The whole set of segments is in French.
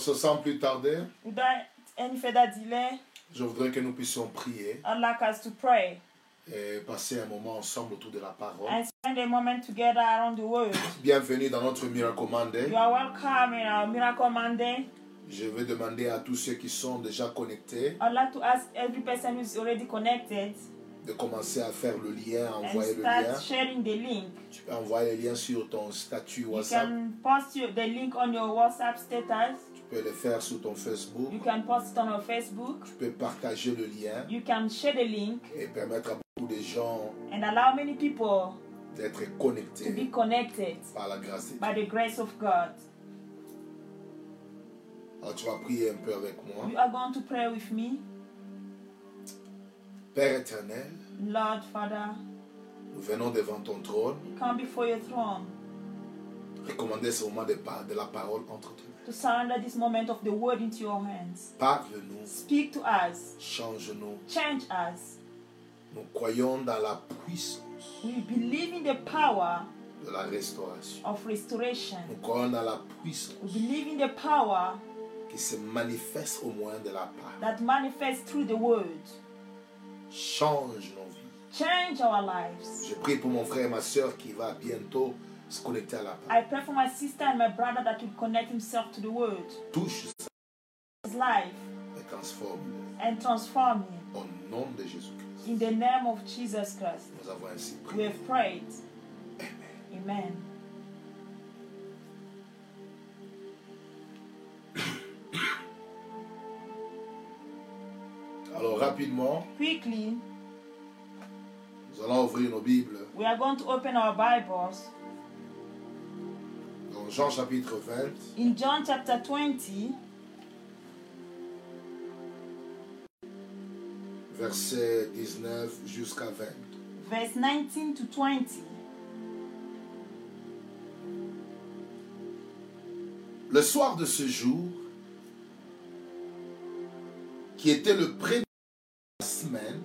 So sans plus tarder, Without any further delay, je voudrais que nous puissions prier I'd like us to pray et passer un moment ensemble autour de la parole. and spend a moment together around the world. Bienvenue dans notre Miracle Monday. You are welcome in our Miracle Monday. Je vais demander à tous ceux qui sont déjà connectés I'd like to ask every person who's already connected de commencer à faire le lien, and envoyer le lien. start sharing the link. Tu peux envoyer le lien sur ton statut You WhatsApp. can post your- the link on your WhatsApp status. Tu peux le faire sur ton Facebook. You can post it on our Facebook. Tu peux partager le lien You can share the link et permettre à beaucoup de gens and allow many people d'être to be connectés connected par la grâce de Dieu. by the grace of God. Alors Ah, tu vas prier un peu avec moi. You are going to pray with me. Père éternel, Lord Father, nous venons devant ton trône. we come before your throne. Recommandez ce moment de, par- de la parole entre tes mains. to surrender this moment of the word into your hands. Parle-nous, Speak to us, change-nous. change us. Nous croyons dans la puissance We believe in the power de la restauration. of Nous restoration. croyons dans la puissance We believe in the power qui se manifeste au moyen de la parole. that manifests through the word. Change nos vies. Change our lives. Je prie pour mon frère et ma soeur qui va bientôt se connecter à la parole. I pray for my sister and my brother that will connect himself to the word, Touche ça his life, et transforme. and transform him. Au nom de Jésus-Christ, In the name of Jesus Christ, nous avons ainsi we prié. have prayed. Amen. Amen. Alors rapidement, Quickly, nous allons ouvrir nos Bibles we are going to open our Bibles dans Jean chapitre 20. in John chapter 20. versets 19 jusqu'à 20. verse 19 to 20. Le soir de ce jour, qui était le premier de la semaine,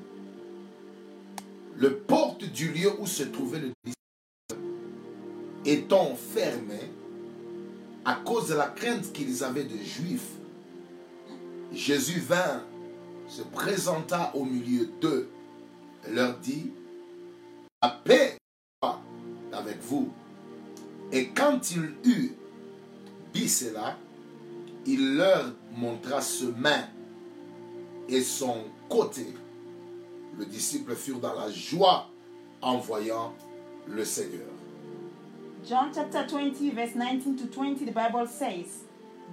le porte du lieu où se trouvait le disciple étant fermé à cause de la crainte qu'ils avaient des Juifs, Jésus vint, se présenta au milieu d'eux et leur dit, La paix soit avec vous. Et quand il eut dit cela, il leur montra ses mains et son côté. Le disciple furent dans la joie en voyant le Seigneur. John chapter 20, verse 19 to 20, the Bible says,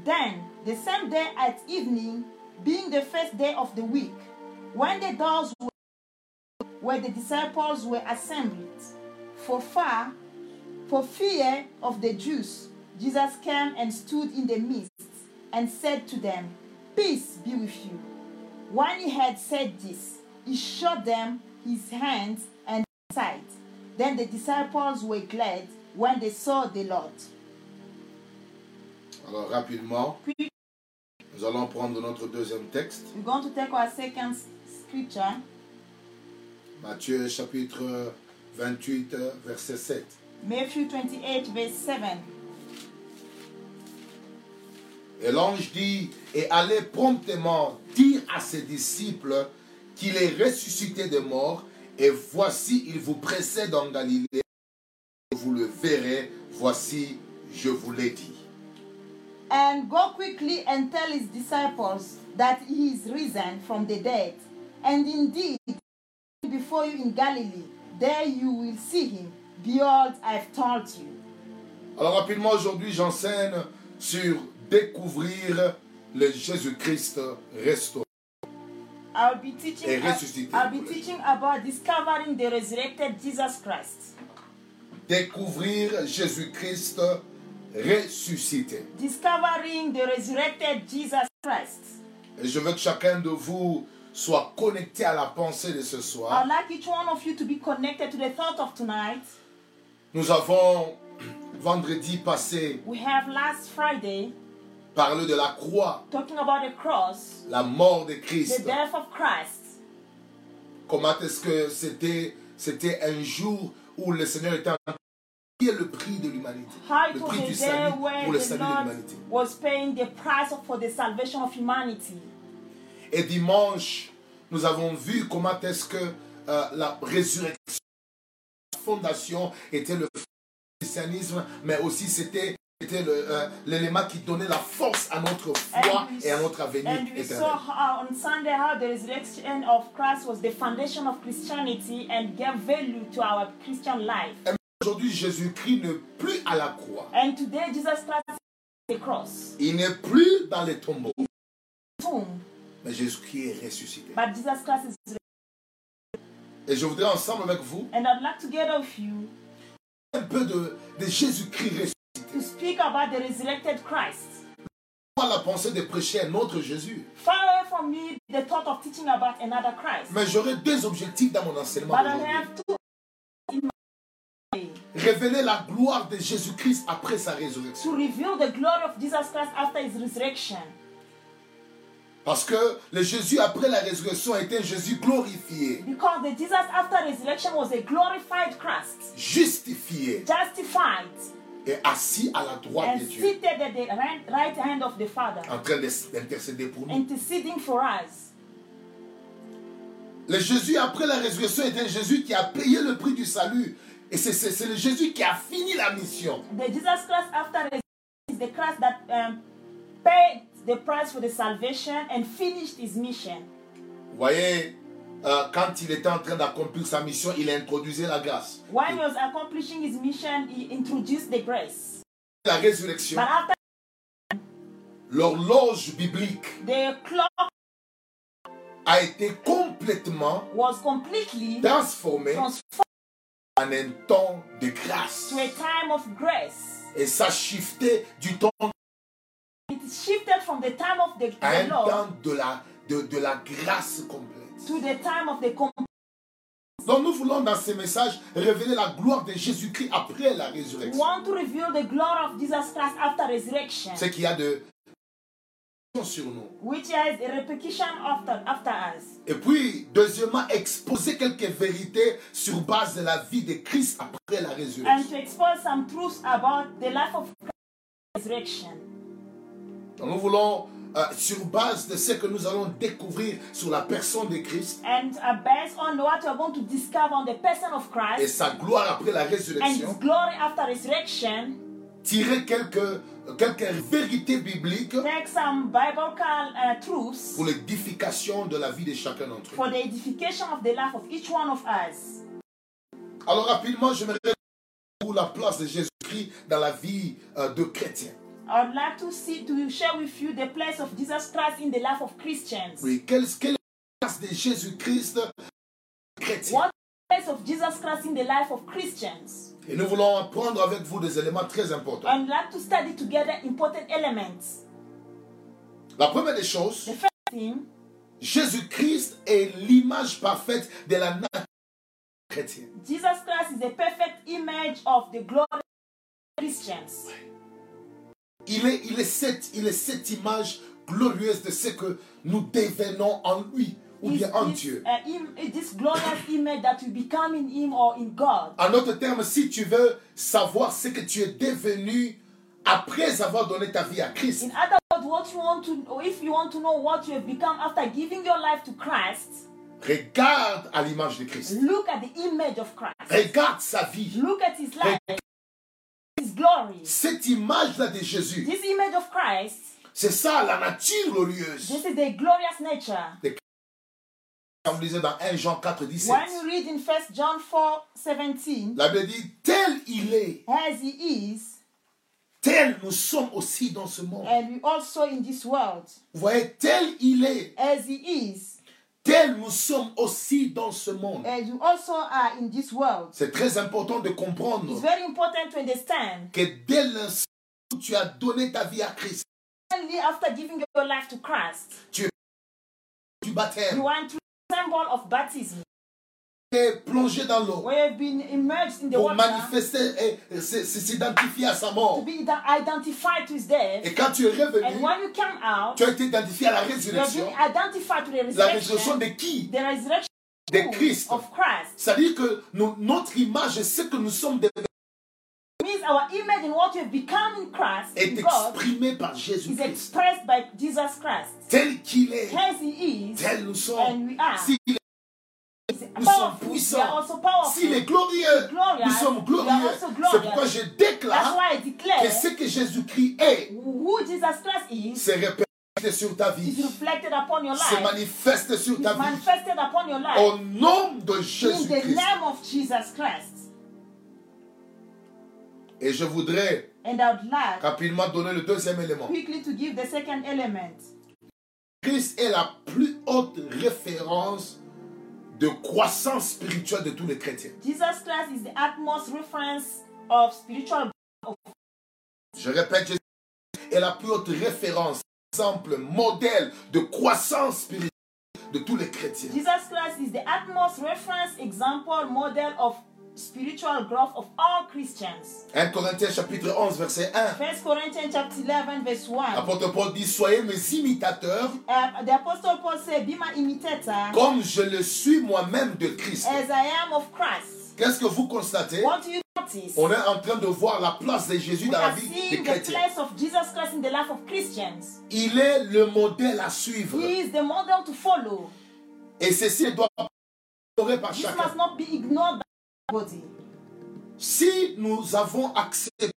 Then, the same day at evening, being the first day of the week, when the doors were where the disciples were assembled, for far, for fear of the Jews, Jesus came and stood in the midst and said to them, Peace be with you. When he had said this, he showed them his hands and his side. Then the disciples were glad when they saw the Lord. Alors rapidement, nous allons prendre notre deuxième texte, We're going to take our second s- scripture, Matthieu chapitre 28, verset 7. Matthew 28, verse 7. Et l'ange dit, et allez promptement dire à ses disciples qu'il est ressuscité des morts, et voici, il vous précède en Galilée, vous le verrez, voici, je vous l'ai dit. And go quickly and tell his disciples that he is risen from the dead. And indeed, before you in Galilee, there you will see him. Behold, I've told you. Alors rapidement, aujourd'hui, j'enseigne sur découvrir le Jésus-Christ restauré. I'll be teaching. Et ressuscité. I'll be teaching about discovering the resurrected Jesus Christ. Découvrir Jésus-Christ ressuscité. Discovering the resurrected Jesus Christ. Et je veux que chacun de vous soit connecté à la pensée de ce soir. I'd like each one of you to be connected to the thought of tonight. Nous avons vendredi passé We have last Friday parlé de la croix, talking about the cross, la mort de the Christ. death of Christ. Comment est-ce que c'était c'était un jour où le Seigneur était en train qui est le prix de l'humanité, How it le was prix a du day salut where pour le the salut de Lord l'humanité. was paying the price for the salvation of humanity. Et dimanche, nous avons vu comment est-ce que euh, la résurrection, la fondation était le christianisme, mais aussi c'était c'était le, euh, l'élément qui donnait la force à notre foi And we- et à notre avenir And we éternel. saw how on Sunday how the resurrection of Christ was the foundation of Christianity and gave value to our Christian life. Aujourd'hui, Jésus-Christ n'est plus à la croix. And today Jesus Christ is on the cross, Il n'est plus dans les tombeaux, tomb, mais Jésus-Christ est ressuscité. but Jesus Christ is risen. Et je voudrais ensemble avec vous And I'd like to get off you un peu de, de Jésus-Christ ressuscité. to speak about the resurrected Christ. Pas la pensée de prêcher un autre Jésus. Far away from me the thought of teaching about another Christ. Mais j'aurai deux objectifs dans mon enseignement. But I aujourd'hui. have two in my way révéler la gloire de Jésus-Christ après sa résurrection. to reveal the glory of Jesus Christ after his resurrection. Parce que le Jésus après la résurrection était un Jésus glorifié, Because the Jesus after resurrection was a glorified Christ, justifié justified, et assis à la droite and de Dieu, seated at the right right hand of the Father, en train de- d'intercéder pour nous. interceding for us. Le Jésus après la résurrection est un Jésus qui a payé le prix du salut. Et c'est- c'est c'est le Jésus qui a fini la mission. The Jesus Christ after resurrection is the Christ that um, paid the price for the salvation and finished his mission. Vous voyez, euh, quand il était en train d'accomplir sa mission, il introduisait la grâce. While he was accomplishing his mission, he introduced the grace. La résurrection, But after l'horloge biblique the clock a été complètement was completely transformée transformed en un temps de grâce. to a time of grace. Et ça shiftait du temps It shifted from the time of the, à the un law temps de la, de, de la grâce complète. to the time of the com- Donc nous voulons dans ces messages révéler la gloire de Jésus-Christ après la résurrection. want to reveal the glory of Jesus Christ after resurrection, Ce qu'il y a de sur nous. which has a repetition after after us. Et puis, deuxièmement, exposer quelques vérités sur base de la vie de Christ après la And résurrection. to expose some truths about the life of Christ's resurrection. Donc nous voulons, euh, sur base de ce que nous allons découvrir sur la personne de Christ And uh, based on what we're going to discover on the person of et Christ sa gloire après la and résurrection, his glory after resurrection, tirer quelques, euh, quelques vérités bibliques take some biblical uh, truths pour l'édification de la vie de chacun d'entre eux. for the edification of the life of each one of us. Alors rapidement, je me pour la place de Jésus-Christ dans la vie euh, de chrétien. I would like to see to share with you the place of Jesus Christ in the life of Christians. Oui, quelle, quelle est la place de Jésus-Christ chrétien What place of Jesus Christ in the life of Christians? Et nous voulons apprendre avec vous des éléments très importants. I would like to study together important elements. La première des choses, The first thing, Jésus-Christ est l'image parfaite de la nature chrétienne. Jesus Christ is a perfect image of the glory of Christians. Il est, il, est cette, il est cette image glorieuse de ce que nous devenons en lui ou Is bien en this, Dieu. uh, im- is this glorious image that we become in Him or in God. En d'autres termes, si tu veux savoir ce que tu es devenu après avoir donné ta vie à Christ, In other words, what you want to, or if you want to know what you have become after giving your life to Christ, regarde à l'image de Christ. look at the image of Christ. Regarde sa vie. Look at his life, his glory. Cette image-là de Jésus, This image of Christ, c'est ça la nature glorieuse. this is the glorious nature. Comme on disait dans 1 Jean 4, 17, When you read in 1 John 4 17, la Bible dit, tel il est, as he is, tel nous sommes aussi dans ce monde. and we also in this world, Vous voyez, tel il est, as he is, tel nous sommes aussi dans ce monde. as you also are in this world. C'est très important de It's comprendre very important to understand. que dès l'instant où tu as donné ta vie à Christ, Only after giving your life to Christ, du you baptême, want to symbol of baptism, tu es plongé dans l'eau. where you've been immersed in the pour water manifester et s- s- s'identifier à sa to mort. be ident- identified to his death. Et quand tu es And revenu, when you come out, tu as été identifié à la you have been résurrection. identified to the La résurrection resurrection. de qui the resurrection De Christ. Oh, of Christ. C'est-à-dire que nous- notre image, c'est ce que nous sommes devenus is our image and what we have become in Christ, in est God, exprimé par is Jésus-Christ. expressed by Jesus Christ. Tel qu'il est, Hence, He is, tel nous sommes. and we are. S'il est, He's nous sommes powerful. We are puissants. also powerful. S'il est glorieux, Glorious. nous sommes We are glorieux. also C'est glorious. pourquoi je That's déclare why I que declare ce que Jésus-Christ est, who Jesus Christ is c'est répercuté sur ta is vie, reflected upon your se life, manifeste sur is ta vie. manifested upon your life Au nom de in the Jésus-Christ. name of Jesus Christ. Et je voudrais And I would like rapidement donner le deuxième élément. quickly to give the second element. Christ est la plus haute référence de croissance spirituelle de tous les chrétiens. Jesus Christ is the utmost reference of spiritual Je répète, Jésus est la plus haute référence, exemple, modèle de croissance spirituelle de tous les chrétiens. Jesus Christ is the utmost reference, example, model of spiritual growth of all Christians. 1 Corinthiens chapitre 11 verset 1. 1 Corinthians chapter 11 verse 1. L'apôtre Paul dit, soyez mes imitateurs Uh, the Apostle Paul said, Be my imitator comme je le suis moi-même de Christ. as I am of Christ. Qu'est-ce que vous constatez What do you notice? On est en train de voir la place de Jésus We dans la are vie des seeing the chrétiens. place of Jesus Christ in the life of Christians. Il est le modèle à suivre. He is the model to follow. Et ceci doit être honoré par This chacun. must not be ignored by anybody. Si nous avons accepté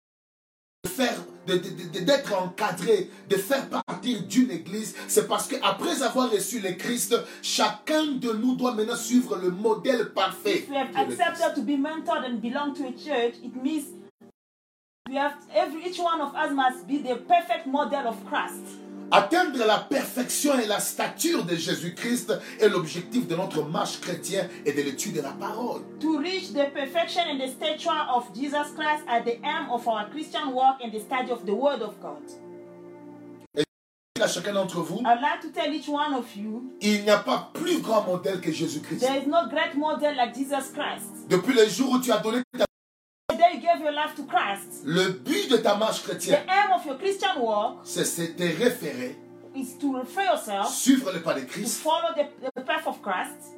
de faire, de- de- de- de- d'être encadré, de faire partir d'une église, c'est parce qu'après avoir reçu le Christ, chacun de nous doit maintenant suivre le modèle parfait. If we have de le Christ. accepted to be mentored and belong to a church, it means we have every each one of us must be the perfect model of Christ. Atteindre la perfection et la stature de Jésus-Christ est l'objectif de notre marche chrétienne et de l'étude de la parole. To reach the perfection and the stature of Jesus Christ at the end of our Christian walk and the study of the Word of God. À chacun d'entre vous, I'd like to tell each one of you il n'y a pas plus grand modèle que Jésus-Christ. there is no great model like Jesus Christ. Depuis le jour où tu as donné ta- The day you gave your life to Christ, le but de ta marche chrétienne, the aim of your Christian walk c'est se te référer, is to refer yourself suivre le pas de to Christ, follow the, the path of Christ,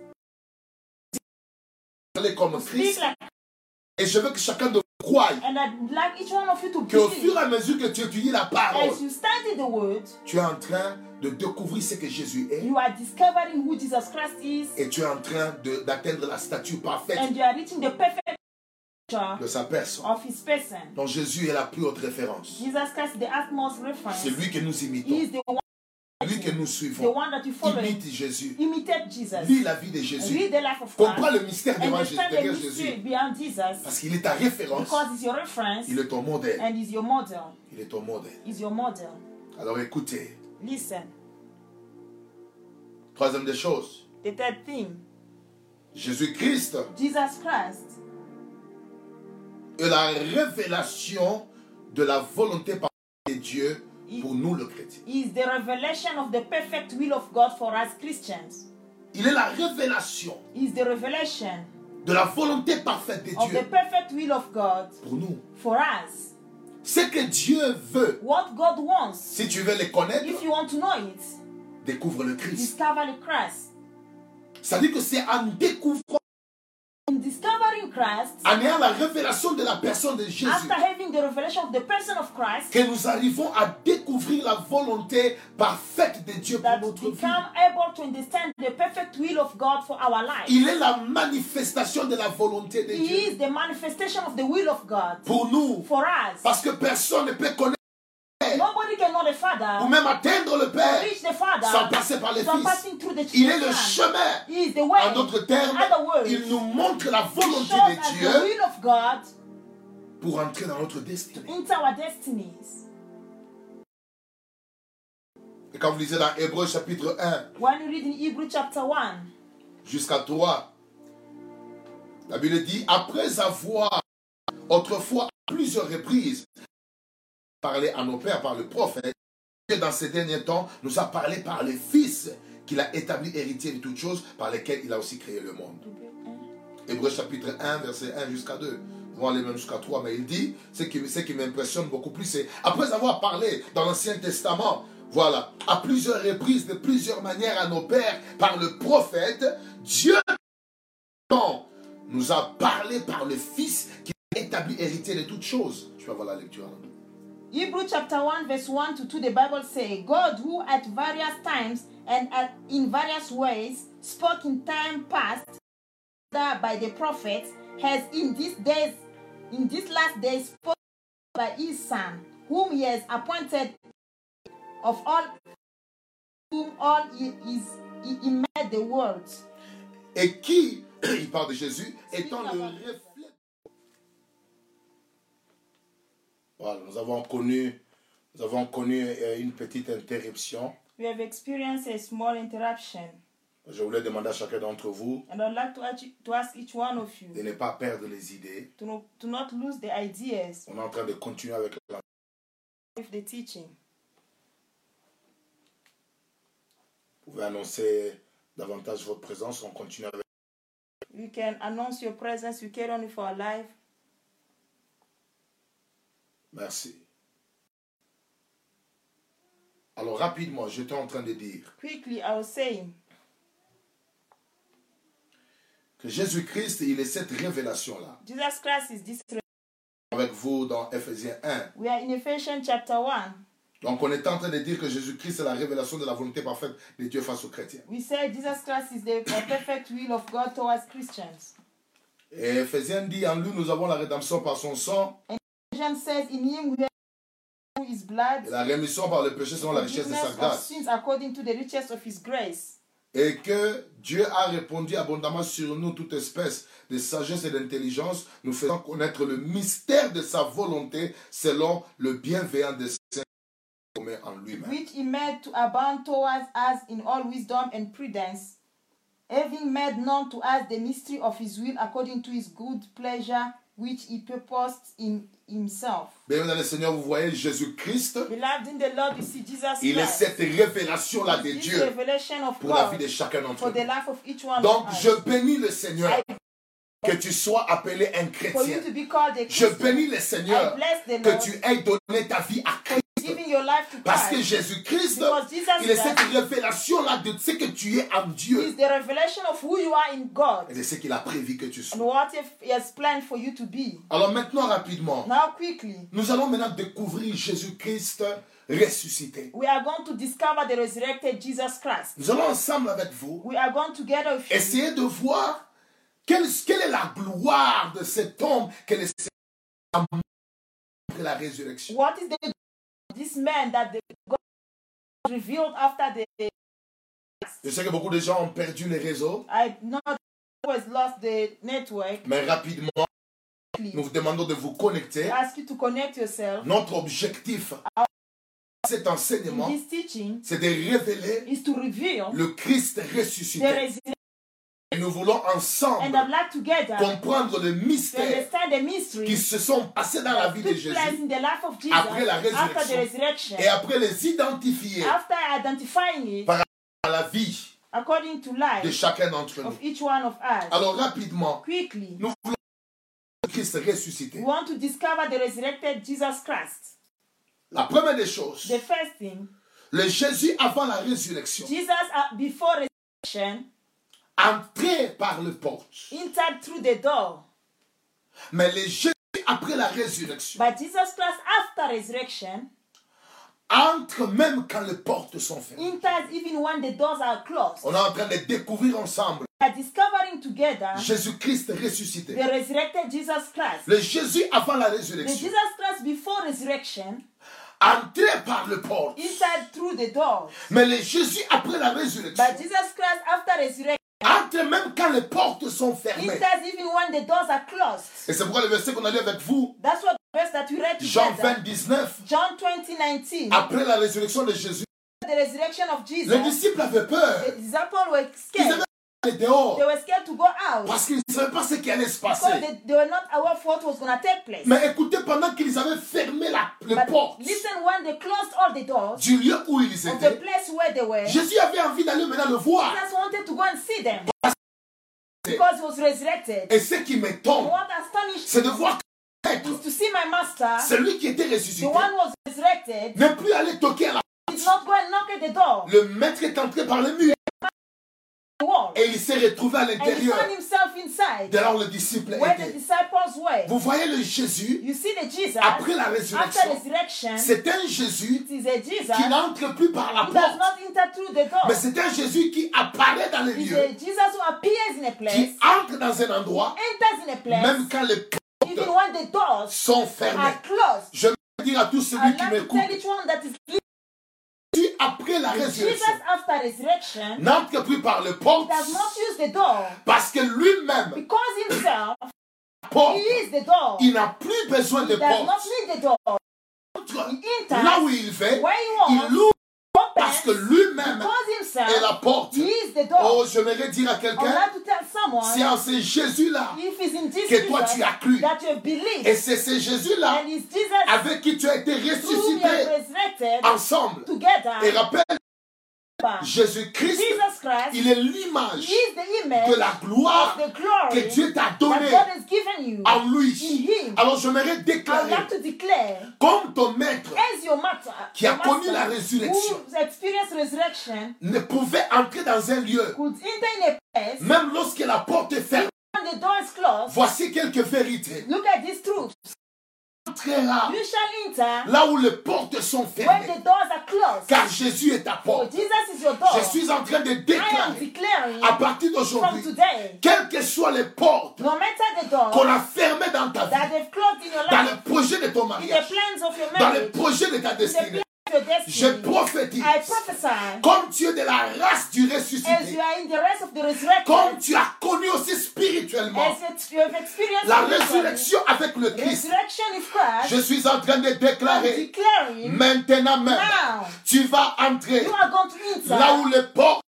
parler comme speak Christ. like, Et je veux que chacun de vous croie and I'd like each one of you to qu'au believe. fur et à mesure que tu étudies la parole, As you study the word, tu es en train de découvrir ce que Jésus est you are discovering who Jesus Christ is et tu es en train de- d'atteindre la stature parfaite and you are reaching the perfect picture de sa personne. of his person. Donc Jésus est la plus haute référence. Jesus Christ, the utmost reference, C'est lui que nous he imitons, is the one, lui que nous the suivons. one that you follow. Imite Jésus. Imitate Jesus. Lis la vie de Jésus. Read the life of Comprends Christ. le mystère devant Jésus- Understand the derrière Jésus. mystery beyond Jesus Parce qu'il est ta référence. because he's your reference Il est ton modèle. and he's your model. Il est ton modèle. He's your model. Alors écoutez, Listen, troisième des choses, the third thing Jésus-Christ Jesus Christ est la révélation de la volonté par de Dieu pour nous le chrétien. is the revelation of the perfect will of God for us Christians. Il est la révélation Is the revelation de la volonté parfaite de of the Dieu perfect will of God pour nous. for us. Ce que Dieu veut, What God wants, si tu veux le if connaître, you want to know it, découvre le Christ. discover the Christ. Ça veut dire que c'est en découvrant, In discovering Christ, en ayant la révélation de la personne de Jésus, after having the revelation of the person of Christ, que nous arrivons à découvrir la volonté parfaite de Dieu pour that we notre vie. become able to understand the perfect will of God for our life. Il est la manifestation de la volonté de Dieu He is the manifestation of the will of God pour nous. for us. Parce que personne ne peut connaître Nobody can know ou the Father, même atteindre le Père reach the sans Father, passer par le without Fils. passing through the Il est le Son. chemin. He is the way. En d'autres termes, Other words, il nous montre la He volonté shows us de the Dieu will of God pour entrer dans notre destinée. into our destinies. Et quand vous lisez dans Hébreu chapitre 1 When you read in Hebrew chapter 1, jusqu'à 3, la Bible dit, après avoir autrefois à plusieurs reprises parlé à nos pères par le prophète, Dieu dans ces derniers temps nous a parlé par le Fils qu'il a établi héritier de toutes choses par lesquelles il a aussi créé le monde. Hébreux chapitre 1, verset 1 jusqu'à 2. On va aller même jusqu'à 3, mais il dit, ce qui, ce qui m'impressionne beaucoup plus, c'est, après avoir parlé dans l'Ancien Testament, voilà, à plusieurs reprises, de plusieurs manières à nos pères, par le prophète, Dieu bon, nous a parlé par le Fils qui établi héritier de toutes choses. Tu vas voir la lecture. hein. Hebrew chapter 1, verse 1 to 2, the Bible says, God who at various times and at, in various ways spoke in time past that by the prophets has in these days, in these last days spoken by his son, whom he has appointed of all whom all he is he, he made the world. Et qui, il parle de Jésus, étant le reflet. Voilà, nous avons connu, nous avons connu euh, une petite interruption. We have experienced a small interruption, Je voulais demander à chacun d'entre vous and I'd like to ask, to ask each one of de you ne pas perdre les idées. to, no, to not lose the ideas On est en train de continuer avec la... with the teaching. Vous pouvez annoncer davantage votre présence. On continue avec... You can announce your presence. You carry on with our life. Merci. Alors rapidement, j'étais en train de dire Quickly, I was saying que Jésus-Christ, il est cette révélation-là. Jesus Christ is this. Avec vous dans Ephésiens 1. We are in Ephesians chapter 1. Donc on est en train de dire que Jésus-Christ est la révélation de la volonté parfaite de Dieu face aux chrétiens. We say Jesus Christ is the perfect will of God towards Christians. Et Ephésiens dit, en lui, nous avons la rédemption par son sang Ephesians says, In him we have through his blood, et la rémission par le péché selon la richesse de sa forgiveness of grâce. sins according to the riches of his grace. Et que Dieu a répondu abondamment sur nous toute espèce de sagesse et d'intelligence, nous faisant connaître le mystère de sa volonté selon le bienveillant dessein qu'il commet en lui-même. which he made to abound towards us in all wisdom and prudence, having made known to us the mystery of his will according to his good pleasure, which he purposed in himself. Bien, dans le Seigneur, vous voyez Jésus-Christ, Beloved in the Lord, you see Jesus il est Christ. cette révélation-là de This Dieu revelation of pour la vie God de chacun d'entre for the nous. life of each one Donc, of us. je bénis le Seigneur que tu sois appelé un for chrétien. you to be called a Je Christian, bénis le I Seigneur bless the que Lord tu aies donné ta vie à Christ. giving your life to Parce que Christ. Jésus-Christ, Because Jesus il est cette Christ révélation-là de ce que tu es en is Dieu the revelation of who you are in God et de ce qu'il a prévu que tu and sois. what he has planned for you to be. Alors maintenant, rapidement, Now, quickly, nous allons maintenant découvrir Jésus-Christ ressuscité. we are going to discover the resurrected Jesus Christ. Nous allons ensemble avec vous We are going together with you essayer de voir quelle, quelle est la gloire de cet homme qu'elle est après la résurrection. what is the this man that the God revealed after the Je sais que beaucoup de gens ont perdu les réseaux, I not always lost the network. mais rapidement, nous Please, vous demandons de vous I connecter. ask you to connect yourself. Notre objectif, cet In enseignement, this teaching c'est de révéler is to reveal le Christ the ressuscité. resurrection Et nous voulons and ensemble Allah together to comprendre le mystère understand the mystery qui se sont passés dans la that vie de took place Jésus in the life of Jesus Après la after the resurrection. et après les identifier After identifying it Par- à la vie according to de life chacun d'entre nous. of each one of us. Alors rapidement, Quickly, nous voulons le Christ we ressuscité. want to discover the resurrected Jesus Christ. La première des choses, The first thing, le Jésus avant la résurrection, Jesus uh, before resurrection entré par le porte. entered through the door, Mais le Jésus après la résurrection, but Jesus Christ after resurrection entre même quand les portes sont fermées. enters even when the doors are closed. On est en train de découvrir ensemble We are discovering together Jésus-Christ the ressuscité. resurrected Jesus Christ. Le Jésus avant la The résurrection, Jesus Christ before resurrection entré par le porte. entered through the door, Mais le Jésus après la résurrection, but Jesus Christ after resurrection entre même quand les portes sont fermées. enters even when the doors are closed. Et c'est pourquoi le verset qu'on a lu avec vous, That's what the verse that we read Jean together. 20, 19, John 20, 19. après la résurrection de Jésus, The resurrection of les Jesus, disciples avaient peur. the disciples were Ils scared. avaient peur They dehors were scared to go out. parce qu'ils ne savaient pas ce qui allait se because passer. they, they were not aware of what was going to take place. Mais écoutez, pendant qu'ils avaient fermé la, les But portes listen, when they closed all the doors du lieu où ils of the étaient, place where they were, Jesus Jésus avait envie d'aller maintenant le voir. wanted to go and see them because he was resurrected. Et ce qui And m'étonne, what astonished c'est de voir que is peut-être to see my master, celui qui était ressuscité the one who was resurrected, n'est plus allé toquer à la did not go and knock at the door. Le maître est entré par le mur. wall. Et il s'est retrouvé à And he l'intérieur found himself inside de là où les disciples where the étaient. disciples were. Vous voyez le Jésus, You see the Jesus après la after résurrection, resurrection, it c'est un Jésus is a Jesus qui who n'entre plus par la does porte, not enter through the door. mais c'est un Jésus qui apparaît dans les It's lieux, a Jesus who appears in a place, qui entre dans un endroit, enters in a même place, quand les even portes when the doors sont are fermées. closed. Je veux dire à Ah. tout celui I'd qui like to m'écoute, tell each one that is si après la Jesus résurrection, after resurrection n'entre plus par les portes, does not use the door parce que lui-même, because himself he porte, is the door. il n'a plus besoin de He does not porte. need the door. Entre He enters Là où il hein. veut, where he wants, il l'ouvre parce que opens lui-même because est la himself porte. he is the Oh, door. j'aimerais dire à I would quelqu'un, like to tell someone c'est en ce Jésus-là if it's in this que toi Jesus tu as cru. that ah, you have Et believed c'est ce Jésus-là and it's Jesus avec qui tu as été whom you have ressuscité resurrected ensemble. Et together. rappelle, Father. Jésus-Christ, Jesus Christ il est l'image He is the image de la gloire of the glory que Dieu t'a that donnée God has given you. en In lui. Him, Alors j'aimerais I would déclarer, like to declare, comme ton maître as your master, qui a your connu la master résurrection who experienced resurrection, ne pouvait entrer dans un lieu, could enter in a place même lorsque la porte est fermée. when the door is closed. Voici quelques vérités. Look at these truths. Entrera You shall enter là où les portes sont when fermées, the doors are closed. car Jésus est ta For porte. Jesus is your door. Je suis en train de I am déclarer declaring à partir from d'aujourd'hui, today, quelles que soient les portes no matter the qu'on door a fermées dans ta that vie, they've closed in your dans life, le projet de ton in the mariage, plans of your dans le marriage, projet de ta in the plans destinée, of your je destiny, prophétise, I prophesy comme tu es de la race du as you ressuscité, are in the rest of the comme resurrection, tu as connu aussi spirituellement as it- you have experienced la the résurrection avec le Christ, resurrection is Christ, Ah, je suis en train de I'm déclarer declaring maintenant même, now tu vas entrer you are going to enter là où les portes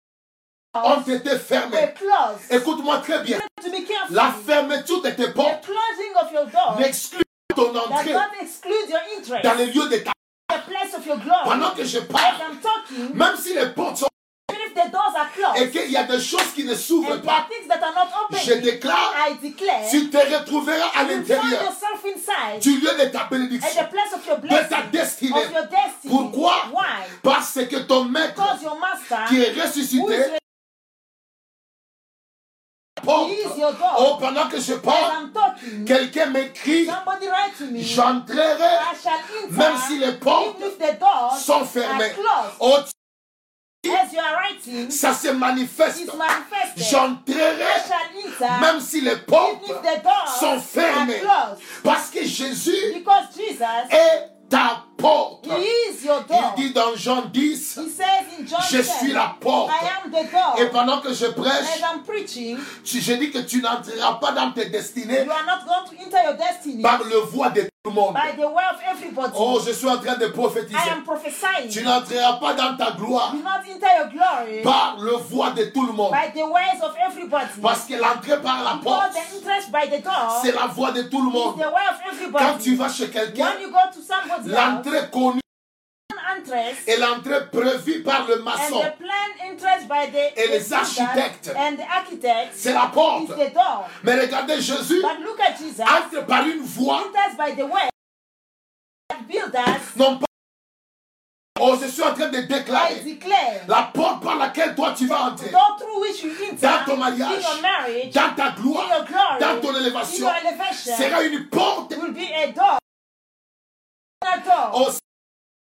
ont of été a fermées. close. Écoute-moi très bien. to be careful, La fermeture de tes the portes closing of your door n'exclut pas ton does entrée not exclude your interest, dans les lieux de ta the place of your glory. Pendant que je As parle, I'm talking, même si les portes sont even if the doors are et closed qu'il y a des choses qui ne s'ouvrent and there are pas, things that are not open, je déclare, I declare, tu te retrouveras à you find l'intérieur yourself inside du lieu de ta at bénédiction, the place of your de ta blessing. destinée. of your destiny. Pourquoi? Why? Parce que ton maître Because your master qui est who ressuscité is re- porte. he is your Oh, God. pendant que je As parle, I'm talking, quelqu'un m'écrit, somebody write to me. j'entrerai I shall enter même si les portes even if the doors sont are fermées. closed. Oh, As you are writing, ça se manifeste. it's manifested. I J'entrerai shall enter même si les portes even if the doors sont fermées. are closed. Parce que Jésus Because Jesus, est ta porte. he is your Il door. dit dans Jean 10, He says in John je 10, suis la porte. I am the Et door. pendant que je As prêche, I'm preaching, tu- je dis que tu n'entreras pas dans tes destinées you are not going to enter your destiny par le voie de tout le monde. by the way of everybody. Oh, je suis en train de I prophétiser. am prophesying. Tu n'entreras pas dans ta gloire Do not enter your glory par le voie de tout le monde. by the ways of everybody. Parce que l'entrée par la Because porte, the interest by the door c'est la voie de tout le is monde. the way of everybody. Quand tu vas chez quelqu'un, when you go to somebody's house, l'entrée connue plan interest et l'entrée prévue par le and maçon, the plan interest by the Et les the builder architectes. and the architects c'est la porte. is the door. Mais regardez, Jésus But look at Jesus. entre par une voie, Enters by the way that builders non pas. Oh, je suis en train de I déclarer declare la porte par laquelle toi tu vas entrer, the door through which you enter Dans ton mariage. in your marriage, dans ta in your gloire, glory, dans ton in élévation, your elevation, sera une porte. will be a door. A door. Oh,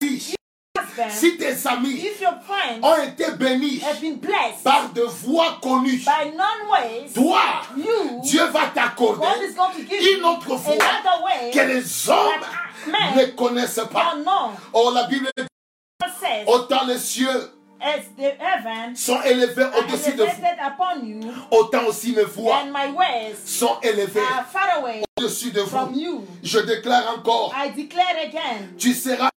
si, husband, si tes amis if your friends ont été bénis have been blessed par de voies connues, by non ways, toi, you, Dieu va God t'accorder is going to give une you autre voie another way que les hommes Men ne connaissent pas. or no. Oh, la Bible dit, God says, autant les cieux as the heavens sont élevés are au-dessus de vous, elevated upon you, autant aussi mes voix and my ways sont élevées are far away au-dessus de from vous. you. Je déclare encore, I declare again, tu seras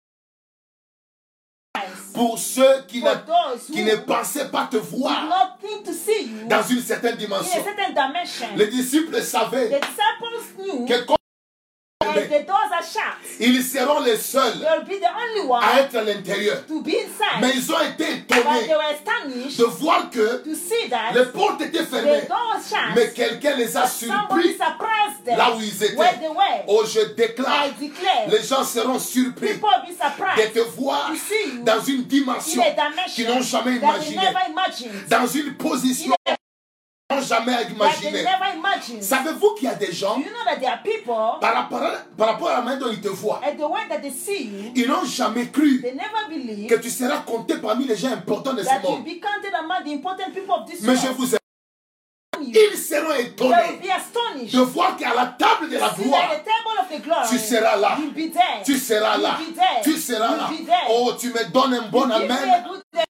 guys, pour ceux qui ne, for those who qui ne did pensaient pas te voir not think to see you in dans a une certaine dimension. certain dimension, Les disciples the savaient disciples knew que quand as the doors are shut, ils seront les seuls they'll be the only à one être à l'intérieur. to be inside. Mais ils ont été But they étonnés were astonished de voir que to see that les portes étaient the fermées, door shut. mais quelqu'un les a Somebody surpris surprised them là où ils where étaient. they were. Oh, je I déclare, declare, les gens seront surpris people be de surprised te voir to see you dans une in dimension a qu'ils dimension n'ont jamais that they imaginée, never imagined. dans une position n'ont jamais that they imaginé. never imagined. Savez-vous qu'il y a des gens, Do you know that there are people par rapport, à- par rapport à la main dont ils te voient, and the way that they see you, ils n'ont jamais cru they never que believe tu seras compté parmi les gens importants de ce that you'll monde. be counted among the important people of this Mais je world. vous ai You- ils seront They will étonnés be astonished. de voir qu'à la table de la See that gloire, the table of the glory, tu seras là. you'll be there. Tu seras You'll là. be there. Tu seras là. You'll be there. Oh, tu me donnes un bon Give me a amen. good day,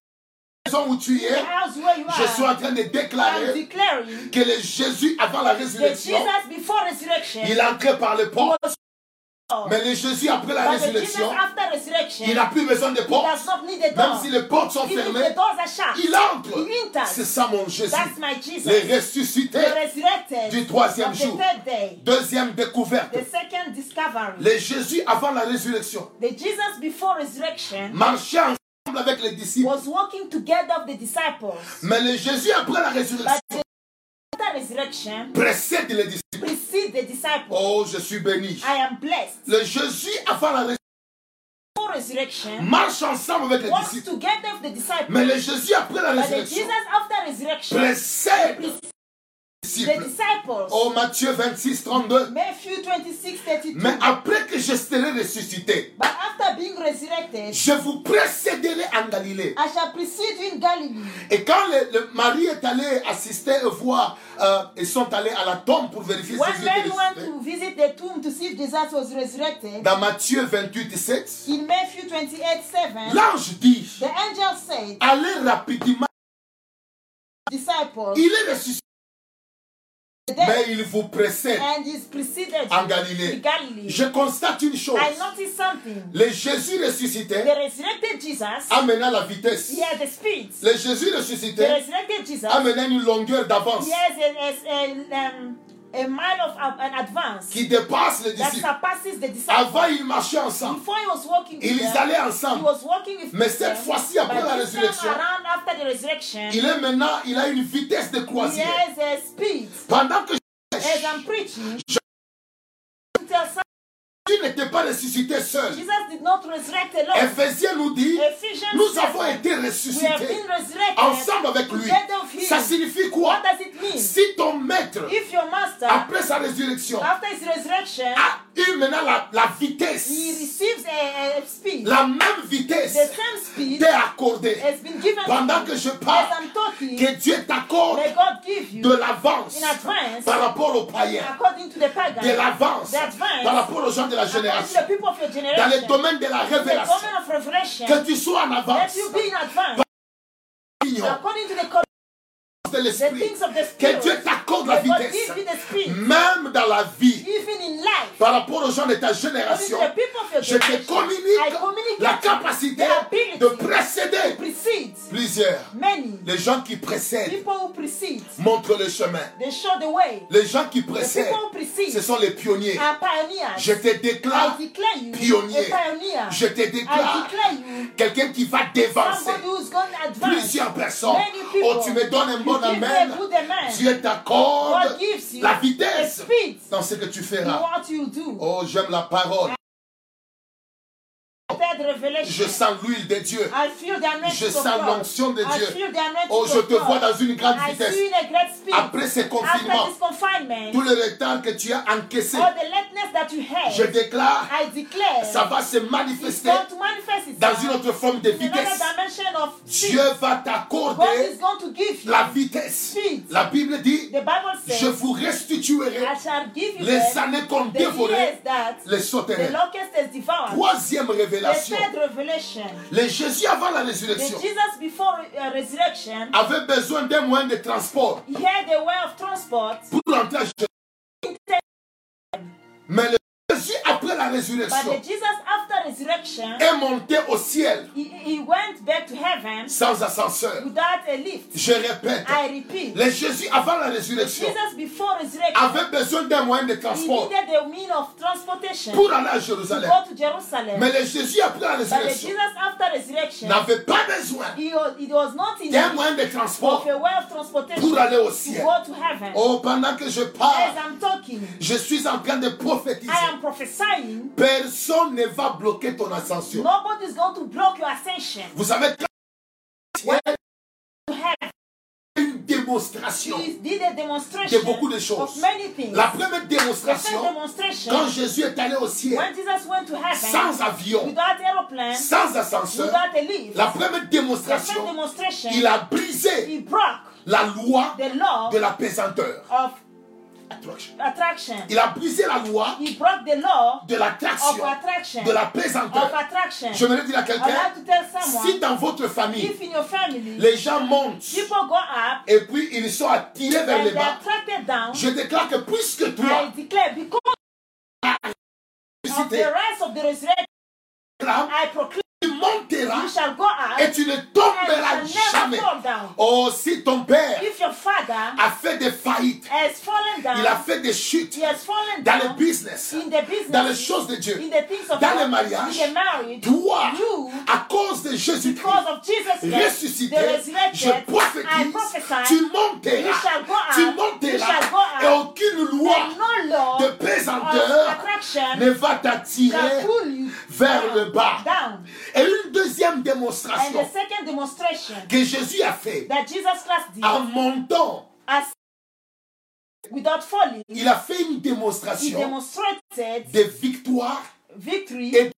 La Maison où tu the es, house where you je suis are. en train de I'm déclarer declaring que le Jésus avant la that résurrection, Jesus before resurrection il entrait par les portes. was Lord. Mais le Jésus après la But the Jesus résurrection, after resurrection il n'a plus besoin de portes. does not need a Même door. si les portes sont Even if fermées, the doors are shut, il il entre. entre. C'est ça mon Jésus. that's my Jesus. Les ressuscités, the resurrected du troisième of jour. the third day, deuxième découverte. the second discovery, Le Jésus avant la résurrection the Jesus before resurrection marchait ensemble avec les disciples. was walking together with the disciples. Mais le Jésus après la résurrection But the after resurrection précède les disciples. precede the disciples. Oh, je suis béni. I am blessed. Le Jésus avant la résurrection Before resurrection marche ensemble avec les walks disciples. together with the disciples. Mais le Jésus après la But the résurrection Jesus after resurrection précède les the disciples. disciples Oh, Matthieu 26, 32. Matthew 26 32 Mais après que je serai ressuscité, But after being resurrected, je vous précéderai en Galilée. I shall precede you in Galilee. Et quand le, le mari est allé assister et voir, euh, ils sont allés à la tombe pour vérifier si When Jésus était Mary went ressuscité. to visit the tomb to see if Jesus was resurrected, Dans Matthieu 28, 17, in Matthew 28 7, l'ange dit the angel said, Allez rapidement, Disciples, il est ressuscité, the dead, mais il vous précède and is preceded en in Galilée. Galilee. Je constate une chose I noticed something. le Jésus ressuscité The resurrected Jesus, amena la vitesse. he had the speed. Le Jésus The ressuscité resurrected Jesus, amena une longueur d'avance he has a, a, a, um, a mile of of an advance qui dépasse les that disciples. surpasses the disciples. Avant, ils marchaient ensemble, Before he was walking with ils them, allaient He ensemble. was walking with Mais cette them, fois-ci, après but la this time résurrection, around after the resurrection, Il est maintenant, il a une vitesse de he croisière. has a speed. Pendant que As I'm preaching, tell some- Jésus n'était pas ressuscité seul, Jesus did not resurrect alone. Ephésiens nous dit Ephesians Nous says, avons été we have been ressuscités resurrected. ensemble avec lui. Ça signifie quoi What does it mean? Si ton maître, If Ah. your master, après Ah. sa résurrection, after his resurrection, a eu maintenant la, la he vitesse, receives a, a speed, la même the vitesse same speed t'est accordée. has been given. to Pendant me. que je As parle, I'm talking, que Dieu t'accorde may God give de you, l'avance In advance. par rapport aux païens, according to the pagan, de l'avance The advance. par rapport aux gens de la according to génération. the people of your dans le generation, domaine de la the révélation, government of revelation, que tu sois en that avance, eh? you be in advance, union according to the covenant, de the l'esprit, things of the que spirit, Dieu t'accorde la that God vitesse, gives you the spirit, même dans la vie, even in life, par rapport aux gens de ta according to génération, the people of your je te generation, I communique communicate la capacité the ability de précéder to precede plusieurs. many Les gens qui précèdent people who precede, montrent le chemin. they show the way. Les gens qui The précèdent, people who precede ce sont les pionniers. are pioneers. Je te I déclare declare you pionnier. a pioneer. Je te Ah, I déclare declare you quelqu'un qui va dévancer somebody who's going to advance. plusieurs personnes. Many people. Oh, tu me donnes un bon You give me amen. a good amen. Dieu t'accorde God gives you la the vitesse speed dans ce que tu in feras. what you do. Oh, j'aime la parole. Third revelation. Je sens l'huile de Dieu. I feel the anointing Je of sens God. l'onction de I Dieu. feel the anointing Oh, je of te God. vois dans une grande I vitesse. see you in a great speed. Après ce confinement, After this confinement, tout le retard que tu as encaissé, all the lateness that you had, je déclare, I declare, ça va se it's manifester going to manifest dans itself une autre forme de in another vitesse. dimension of speed. Dieu va God is t'accorder going to give you. la vitesse. Speed. La Bible dit, The Bible says, je vous restituerai I shall give you les the, années qu'on the dévorait, years that les the sauterelles. locust has devoured. Troisième The révélation, third revelation, les Jésus avant la the résurrection Jesus before uh, resurrection, avait besoin d'un moyen de transport he had a way of transport, pour rentrer à Jérusalem. Mais le Jésus après la but the résurrection Jesus after resurrection, est monté au ciel he, he went back to heaven sans ascenseur. without a lift. Je répète, I repeat, le Jésus avant la résurrection Jesus before resurrection, avait besoin d'un moyen de he transport needed a mean of transportation to pour aller à Jérusalem. go to Jerusalem. Mais le Jésus après la But the résurrection Jesus after resurrection, n'avait pas besoin he was, it was not in d'un need moyen de of transport a way of transportation pour aller au to ciel. go to heaven. Oh, pendant que je As parle, I'm talking, je suis en train de prophétiser. I am prophesying, Personne ne va bloquer ton ascension. nobody is going to block your ascension Vous savez, quand il y a to heaven. une démonstration He did a demonstration de beaucoup de choses. of many things. La première The first démonstration, demonstration, quand Jésus est allé au ciel, when Jesus went to heaven, sans avion, without aeroplane, sans ascenseur, without a lift, la première the first démonstration, demonstration, il a brisé he broke la loi the law de la pesanteur. of Attraction. attraction. Il a brisé la loi He broke the law de l'attraction, Of attraction. de la of pesanteur. attraction. Je me dire à I quelqu'un, have to tell si someone, dans votre famille, if in your family, les gens montent people go up et puis ils sont attirés vers and le they are bas, attracted down, je déclare que puisque I toi, declare, because tu of the rise of the resurrection, I proclaim, tu monteras you shall go up et tu ne and tomberas you shall jamais. never fall down. Oh, si ton père If your father a fait des faillites, has fallen down, il a fait des chutes he has fallen dans le down business, in the business, dans les choses de Dieu, in the things of dans le God, mariage, in the marriage, toi, you, à cause de Jésus-Christ, because of Jesus Christ, ressuscité, the resurrected, je I prophétise, prophesy, tu you shall go monteras, up, tu you monteras, shall go up, et aucune loi and no law de of pesanteur attraction ne va shall t'attirer pull you vers down, le bas. down. Et une deuxième And the démonstration second demonstration que Jésus a fait that Jesus Christ did en montant, as without falling, il a fait une he démonstration demonstrated de victoire victory Et-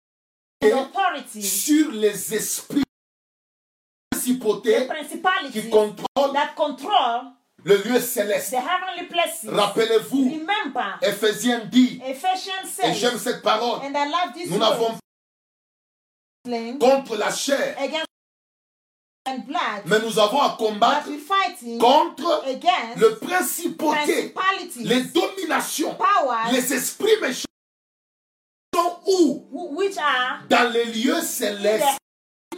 and authority, sur les esprits the principautés qui principalities contrôlent that control le lieu céleste. the heavenly places. Rappelez-vous, Remember, Éphésiens dit, Ephesians et says, j'aime cette parole, and I love this nous n'avons word, slain contre la chair, against and blood, mais nous avons à but combattre we fighting contre against le principauté, principalities, les dominations, powers les esprits méchants qui sont où wh- which are Dans les lieux in the célestes. heavenly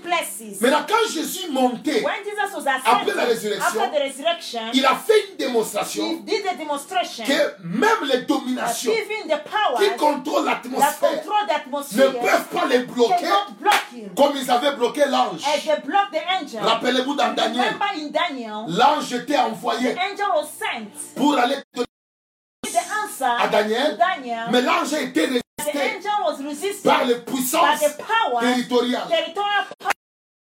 places. Maintenant, quand Jésus montait, When Jesus was Après ascended, la résurrection, after the resurrection, il a fait une he démonstration did a demonstration que même les that dominations even the powers qui contrôlent that l'atmosphère control the ne atmosphere peuvent pas les bloquer cannot block him comme ils avaient bloqué l'ange. as they block the angel. Rappelez-vous dans Daniel, Remember in Daniel, l'ange était envoyé the angel was sent pour aller donner with the answer à to Daniel, Daniel. mais l'ange a été the résisté angel was resisted par les by puissances the power, territoriales. territorial power.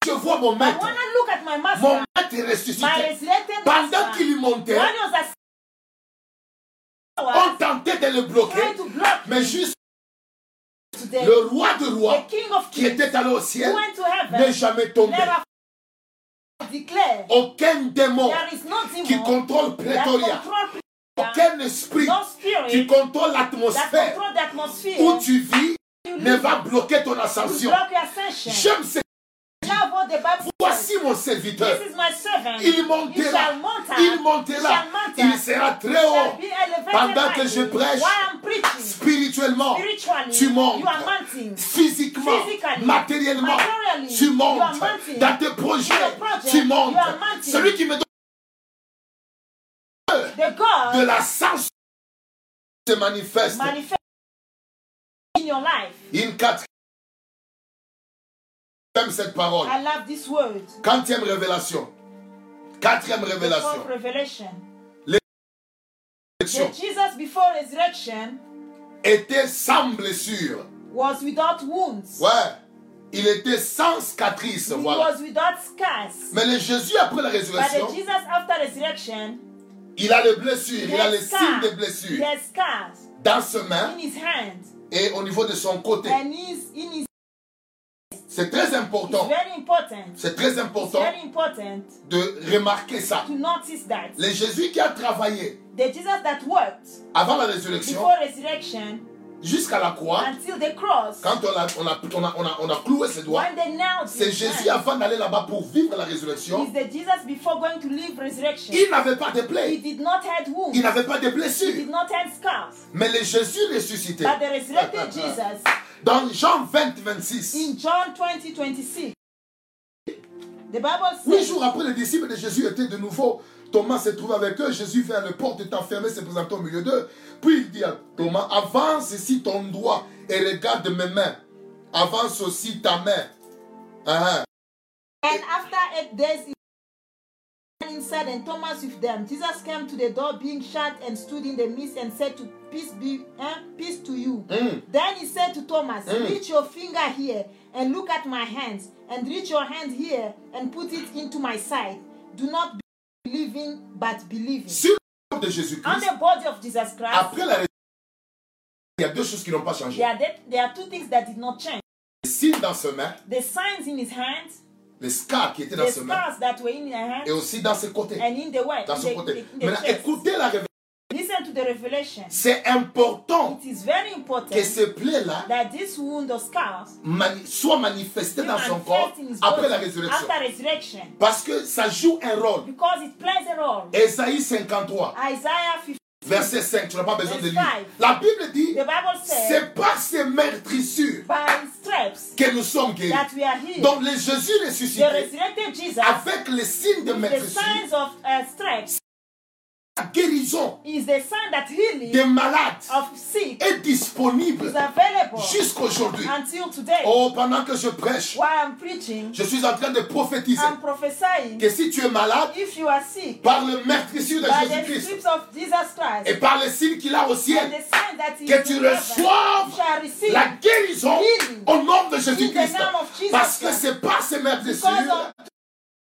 Je vois mon When maître, I look at my master, mon maître est my ressuscité. resurrected Pendant master, qu'il montait, when he was ascended, on tentait de le bloquer, tried to block mais juste today. le roi de The rois king of qui kings était allé au who ciel went to heaven n'est jamais tombé. never declare Aucun démon there is no demon qui contrôle hein. that Pretoria, Oh, control Pretoria, aucun esprit no qui spirit contrôle that l'atmosphère control the atmosphere où tu vis you ne live va bloquer ton to ascension. block your ascension. J'aime ce Now what the Bible says, voici mon serviteur. this is my servant, Il he montera, shall mount up, il he montera, shall mount il up, sera très haut. shall be elevated Pendant by que je you. prêche, While I'm preaching, Spirituellement, spiritually, tu montes. you are mounting. Physiquement, Physically, matériellement, materially, tu you are montes. mounting. Dans tes projets, In your project, tu montes. you are mounting. Celui qui me donne The God de la sens se manifeste. manifest in your life. Une quatrième. J'aime cette parole. I love this word. Quatrième révélation. Quatrième The révélation. fourth revelation. Révélation. That Jesus before resurrection Était sans blessure. was without wounds. Ouais. Il était sans cicatrice. He Voilà. was without scars. Mais le Jésus, après la But résurrection, the Jesus after resurrection, il a les blessures. Il Yes, a les sir. signes de blessures. there's scars Dans ses mains in his hand et au niveau de son côté. and he's in his. C'est très It's important. very important. C'est très It's important very important de remarquer ça. to notice that Le Jésus qui a travaillé the Jesus that worked avant la résurrection before resurrection jusqu'à la croix, until the cross, quand on a, on a, on a, on a, on a cloué ses doigts, when they nailed him, C'est Jésus avant d'aller là-bas pour vivre la résurrection. is the Jesus before going to live resurrection. Il n'avait pas de He plaies. did not had wounds. Il n'avait pas de He did blessures. not had scars. Mais le Jésus ressuscité. But the resurrected Jesus Dans Jean 20, 26. in John 20 26, the Bible Huit says, jours après, les disciples de Jésus étaient de nouveau. Thomas se trouve avec eux. Jésus fait à la porte, est enfermé, se présente au milieu d'eux. Puis il dit à Thomas, avance ici ton doigt et regarde mes mains. Avance aussi ta main. Ah, ah. And after eight days, he went inside and Thomas with them. Jesus came to the door, being shut, and stood in the midst and said to peace be eh, peace to you. Mm. Then he said to Thomas, Mm. reach your finger here and look at my hands, and reach your hand here and put it into my side. Do not be believing but believing. Sur le corps de On Jésus-Christ, the body of Jesus Christ, après la résurrection, il y a deux choses qui n'ont pas changé. there are, that- there are two things that did not change. Les signes dans ses mains, The signs in his hand, les scars qui étaient dans the ses mains, scars that were in his et hand, aussi dans ses côtés. and in the way, Dans son in the, côté. in the Maintenant, chest. écoutez la révélation. Listen to the revelation. C'est important It is very que important ce plaie-là that this wound or scars mani- soit manifesté be dans son manifest corps in his après body la résurrection. after resurrection Parce que ça joue un rôle. because it plays a role. Ésaïe 53, Isaiah 50, verset 5, tu n'as pas besoin de Verse lire. five. La Bible dit, the Bible says, c'est par ses meurtrissures by his stripes que nous sommes guéris. that we are healed. Donc le Jésus The ressuscité, resurrected Jesus, avec les signes de with the meurtrissure, signs of uh, stripes, la guérison is the Eh. sign that healing des malades of sick est is disponible available jusqu'aujourd'hui. until today. Oh, pendant que je prêche, While I'm preaching, je suis en train de prophétiser I'm prophesying que si tu es malade, if you are sick, par le meurtrissure de by the Jésus-Christ stripes of Jesus et Christ, par les signes qu'il a au and ciel, the sign that he que is tu in heaven, reçoives you shall receive la guérison Healing. au nom de Jésus-Christ. In the name of Jesus Parce que Christ. c'est par ces meurtrissures because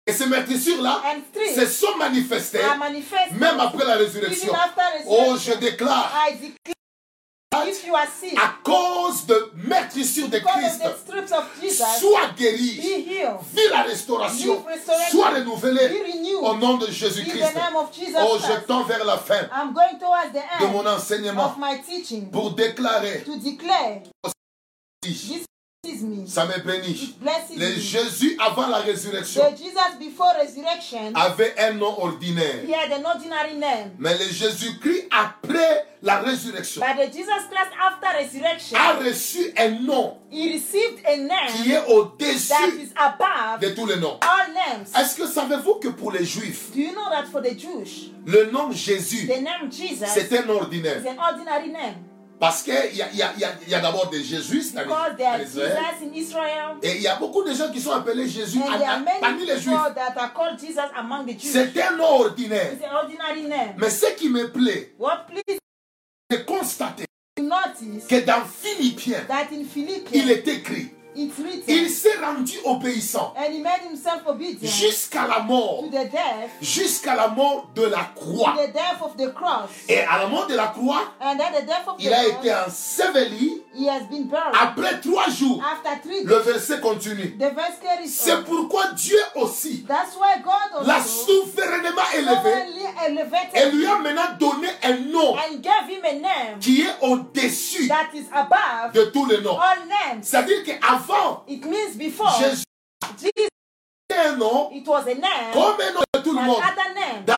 et ces meurtrissures-là And three. se sont manifestées of are manifested. même après la résurrection. Even after Oh, resurrection, je déclare, I declare if you are sick, à cause de meurtrissures de because Christ, of the strips of Jesus, sois guéri, be healed, vis la restauration, Be resurrected. sois be renouvelé au renewed. nom de In the Jésus-Christ. name of Jesus Oh, je Christ, tends vers la fin I'm going towards the de mon end enseignement of my teaching pour déclarer, to declare, ici, "This me, ça me bénit. it blesses Le me. Jésus avant la résurrection The Jesus before resurrection avait un nom ordinaire. he had an ordinary name, Mais le Jésus-Christ, après la résurrection, but the Jesus Christ after resurrection, a reçu un nom he received a qui name est au-dessus that is above de tous les noms. all names. Est-ce que savez-vous que pour les Juifs, Do you know that for the Jewish, le nom Jésus, the name Jesus c'est un nom ordinaire is an ordinary name Parce qu'il y a, il y a- il y a- il y a d'abord des Jésus c'est-à-dire because there are en Israël. Jesus in Israel, Et il y a beaucoup de gens qui sont appelés Jésus en- and there are en- parmi many les Juifs. people that are called Jesus among the Jews. C'est un nom ordinaire. It's an ordinary name. Mais ce qui me plaît, What please c'est de constater notice que dans Philippiens, that in il Philippians est écrit, it's written, il s'est rendu obéissant and he made himself obedient jusqu'à la mort to the death, jusqu'à la mort de la to croix. the death of the cross. Et à la mort de la croix, And at the death of the il a cross, été enseveli. he has been buried. Après trois jours, After three le days, verset continue. the verse carries C'est on. pourquoi Dieu aussi That's why God l'a also souverainement élevé sovereignly et elevated lui a maintenant donné un nom and gave him a name qui est au-dessus that is above de tous les noms. all names. C'est-à-dire qu'avant, It means before Jésus Jesus, était un nom it was a name comme un nom de tout le and monde. other name. Dans-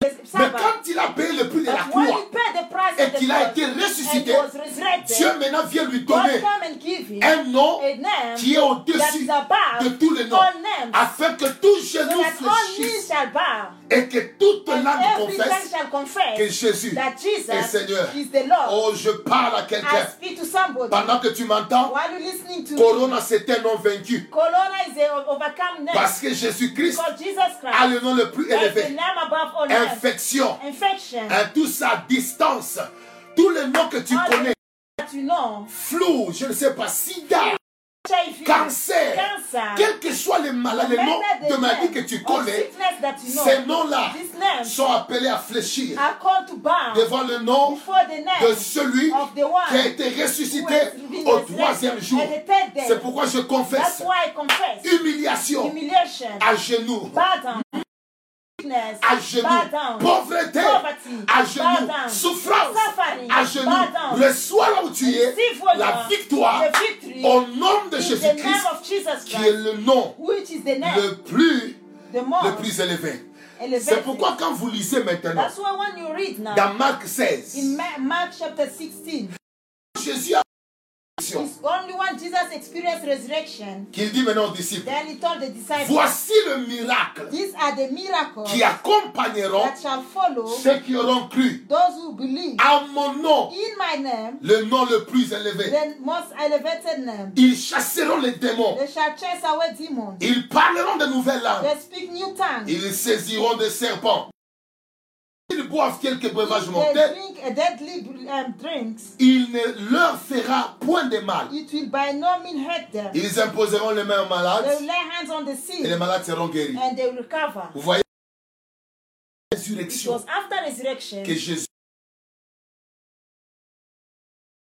The Mais servant. quand il a payé le prix de la But when croix he paid the price et of the qu'il a cross été and ressuscité, was resurrected, Dieu maintenant vient lui God donner came and gave him un nom a name qui est that au-dessus is de above tous les noms, all names, afin que tout so genou that all knees fléchisse shall bow et que toute and langue every tongue confesse shall que confess Jésus that est Jesus Seigneur. is the Lord. Oh, je parle à I quelqu'un. speak to somebody Pendant que tu m'entends, while you're listening to me. Corona, c'est un nom vaincu. Corona is a overcome name Parce que Jésus-Christ because Jesus a Christ le nom le plus is the élevé. name above all names. Infection, Infection hein, tout ça, distance, tous les noms que tu All connais, that you know, flou, je ne sais pas, sida, HIV, cancer, cancer, quelles que soient les maladies, les noms de whether the maladie name que tu or connais, sickness that you know, ces noms-là these names sont appelés à fléchir are called to bow devant le nom before the de name celui of the one qui a été who ressuscité has been au resurrected troisième jour. at the third day. C'est pourquoi je That's confesse why I confess humiliation humiliation, à genoux, bow down, sickness, à bow genoux, down, pauvreté poverty, à bow genoux, down, souffrance suffering, à bow down. genoux. Reçois là où tu es Receive what la you are. victoire The victory au nom de in the name Jésus-Christ of Jesus qui est Christ, le nom which is the name, le plus, the le most plus élevé. C'est elevated. pourquoi quand vous lisez maintenant That's why when you read now dans Marc in 16, Ma- Mark chapter 16, Jésus a résurrection, it's only when Jesus experienced resurrection, qu'il dit maintenant aux disciples, then he told the disciples, voici le miracle These are the miracles qui accompagneront that shall follow ceux qui auront cru those who believe à mon nom, in my name, le nom le plus élevé. the most elevated name. Ils chasseront les démons, They shall chase away demons. ils parleront de nouvelles langues, They speak new tongues. ils saisiront des serpents, ils boivent quelques breuvages They mortels, drink a deadly um, drinks. il ne leur fera point de mal. It will by no means hurt them. They Ils imposeront les mains aux will malades lay hands on the et les sick malades seront guéris. and they will recover. Vous voyez, It résurrection was after resurrection que Jésus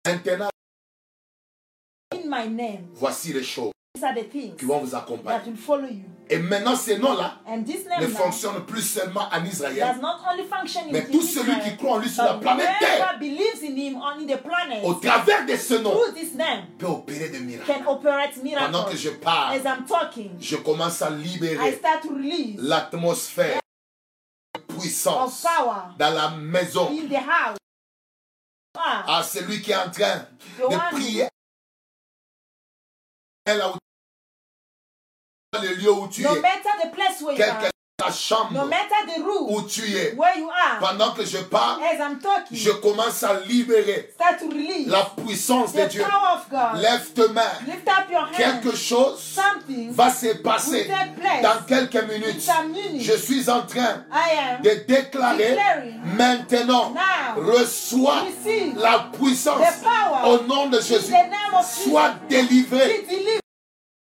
maintenant in my name. voici les choses These are the things qui vont vous that accompagner will follow you. et maintenant ces noms là And this ne name now fonctionnent plus seulement en Israël does not only function in mais tout celui qui Israel, croit en lui sur la but planète Terre whoever believes in him on the planet au travers de ce nom through this name peut opérer des miracles can operate pendant que miracles. je parle As I'm talking, je commence à I libérer start to release l'atmosphère de of puissance power dans la maison in the house. Ah, à celui qui est en train the de prier one Elle a- le lieu où tu no es, matter the place where you quelle que are, soit ta no chambre matter the où room tu es, where you are, pendant que je parle, as I'm talking, je commence à libérer start to release la puissance de the Dieu. power of God. Lève tes mains. Lift up your hand. Quelque chose Something va se passer will take place dans quelques in minutes. some minutes. Je suis en train I am de déclarer Declaring. maintenant, Now. reçois Receive la puissance the power. au nom de Jésus. the name of Sois délivré, be delivered.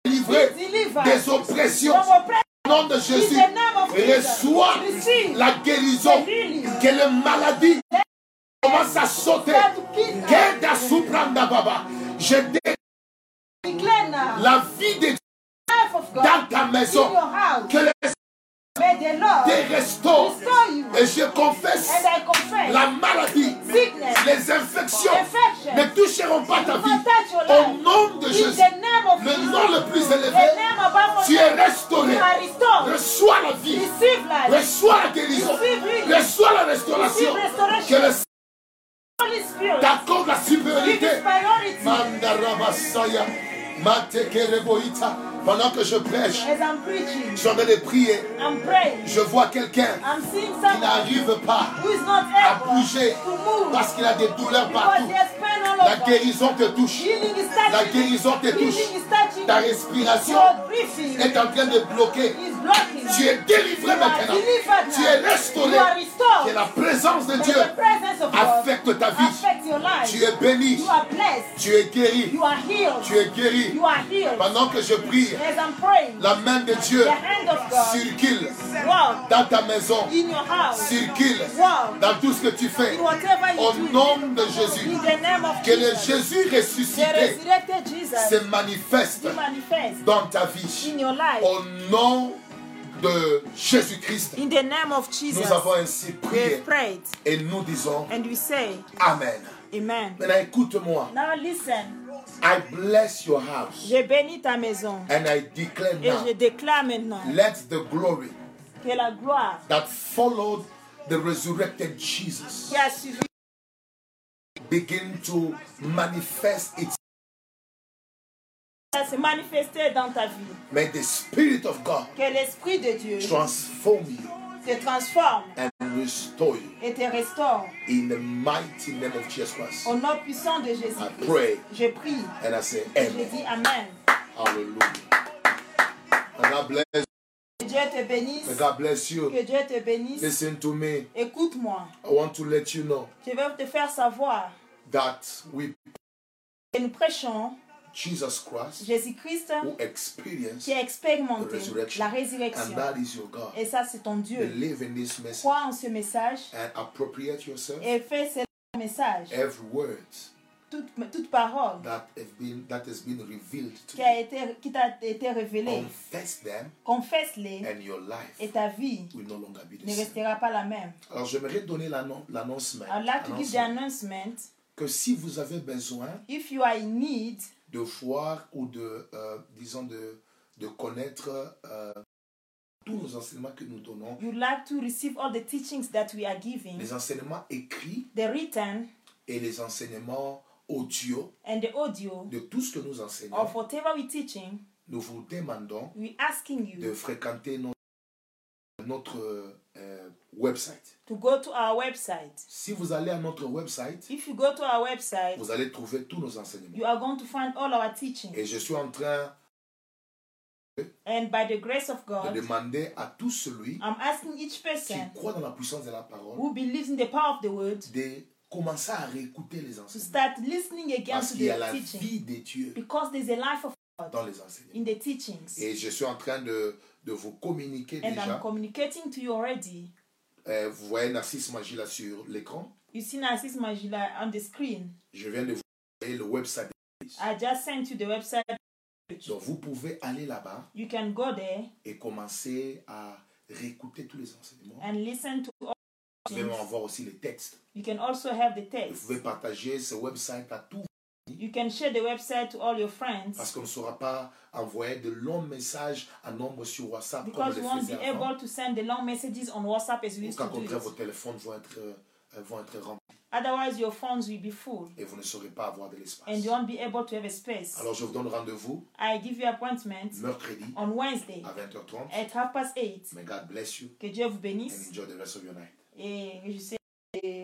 délivré Be delivered des from oppressions oppression. Au nom de In Jésus, the name of Jesus. reçois Receive la guérison. the healing. Que les maladies commencent à sauter. Start to kick Que ta out. soupranda, Baba. Je déclare Declare now, la vie de Dieu life of God dans ta in maison. your house. Que les May the Lord te restaure. restore you. Et je confesse And I confess, la maladie, Sickness. les infections Infection. ne toucheront pas ta will vie. not touch your Au life. nom de in Jésus, the name of le Jesus, nom le plus the élevé, name above all tu es restauré. You are restored. Reçois la vie. Receive life. Reçois la guérison. Receive healing. Reçois la restauration. Receive restoration. Que le Holy Spirit, t'accorde la give supériorité. us priority Mandarabasaya, matekereboita. Pendant que je prêche, as I'm preaching. j'en ai de prier. I'm praying. Je vois quelqu'un I'm seeing qui someone n'arrive pas who is not à able bouger to move parce qu'il a des douleurs because partout. there's pain all La over. guérison te touche. Healing is La touching. guérison te Healing touche. is touching. Ta respiration Your breathing est en train de bloquer. is blocking. Tu es délivré You are maintenant. delivered now. Tu es restauré. You are restored. Que la présence de May Dieu the presence of God affecte ta vie. affect your life. Tu es béni. You are blessed. Tu es guéri. You are healed. Tu es guéri. You are healed. Pendant que je prie, As I'm praying, la main de Dieu the hand of God circule walk dans ta maison, in your house, circule walk dans tout ce que tu fais. in whatever you Au do. nom de Jésus, In the name of que le Jesus, Jésus the ressuscité resurrected Jesus se manifeste will manifest dans ta vie. in your life. Au nom de Jésus-Christ, In the name of nous Jesus, avons ainsi we prié have prayed et nous disons and we say, Amen. Amen. Maintenant, écoute-moi. Now listen, I bless your house je bénis ta maison and I declare et now je déclare maintenant let the glory que la gloire that followed the resurrected Jesus qui a suivi begin to manifest its va se manifester dans ta vie. may the spirit of God Que l'Esprit de Dieu transform you te transforme and restore you et te restaure. in the mighty name of Jesus Christ. Au nom puissant de jésus I pray. je prie. And I say Et Je amen. dis Amen. Hallelujah. And God bless Que Dieu te bénisse. may God bless you. Que Dieu te bénisse. Listen to me. Écoute-moi. I want to let you know Je veux te faire savoir that we que nous prêchons Jesus Christ Jésus-Christ who experienced qui a expérimenté resurrection. la résurrection. and that is your God. Et ça, c'est ton Dieu. Believe in this message Crois en ce message and appropriate yourself et fais ce message. every word Toute, toute parole that have been that has been revealed to qui a you. été, qui t'a été Ah révélée, Confess them confesse-les and your life et ta vie will no longer be the ne same. restera pas la même. Alors j'aimerais donner l'annon- l'annonce I'd like Ah to give the maintenant announcement. que si vous avez besoin If you are in need de voir ou de euh, disons de de connaître euh, tous nos enseignements que nous donnons, You'd like to receive all the teachings that we are giving, les enseignements écrits the written et les enseignements audio and the audio de tout ce que nous of enseignons, whatever we're teaching, nous vous demandons we're asking de you fréquenter no- notre, euh, website. to go to our website. Si vous allez à notre website, If you go to our website, vous allez trouver tous nos enseignements. you are going to find all our teaching. Et je suis en train And by the grace of de God, demander à tout celui I'm asking each qui person croit dans la puissance de la parole who believes in the power of the word de commencer à réécouter les to enseignements. start listening again Parce to qu'il y a the la teaching vie des dieux because there's a life of dans les in enseignements. the teachings. Eh Et je suis en train de, de vous communiquer And I'm déjà communicating to you already Euh, vous voyez Narcisse Magie là sur l'écran. You see Narcisse Magila on the screen. Je viens de vous envoyer le website. de l'église. I just sent you the website. Donc vous pouvez aller là-bas You can go there et commencer à réécouter tous les enseignements. and listen to all. Vous pouvez en voir aussi les textes. You can also have the Vous text. pouvez partager ce website à tout You can share the website to all your parce friends qu'on ne saura pas envoyer de longs messages à nombre sur WhatsApp because you comme on le won't be faisait avant. able to send the long messages on WhatsApp as we Au used cas to do. contraire, vos It. téléphones vont être, euh, vont être remplis Otherwise, your phones will be full et vous ne saurez pas avoir de and l'espace. you won't be able to have a space. Alors je vous donne rendez-vous I give you appointment mercredi on Wednesday à 20h30. at half past eight. May God bless you Que Dieu vous and bénisse enjoy the rest of your night. et que je sais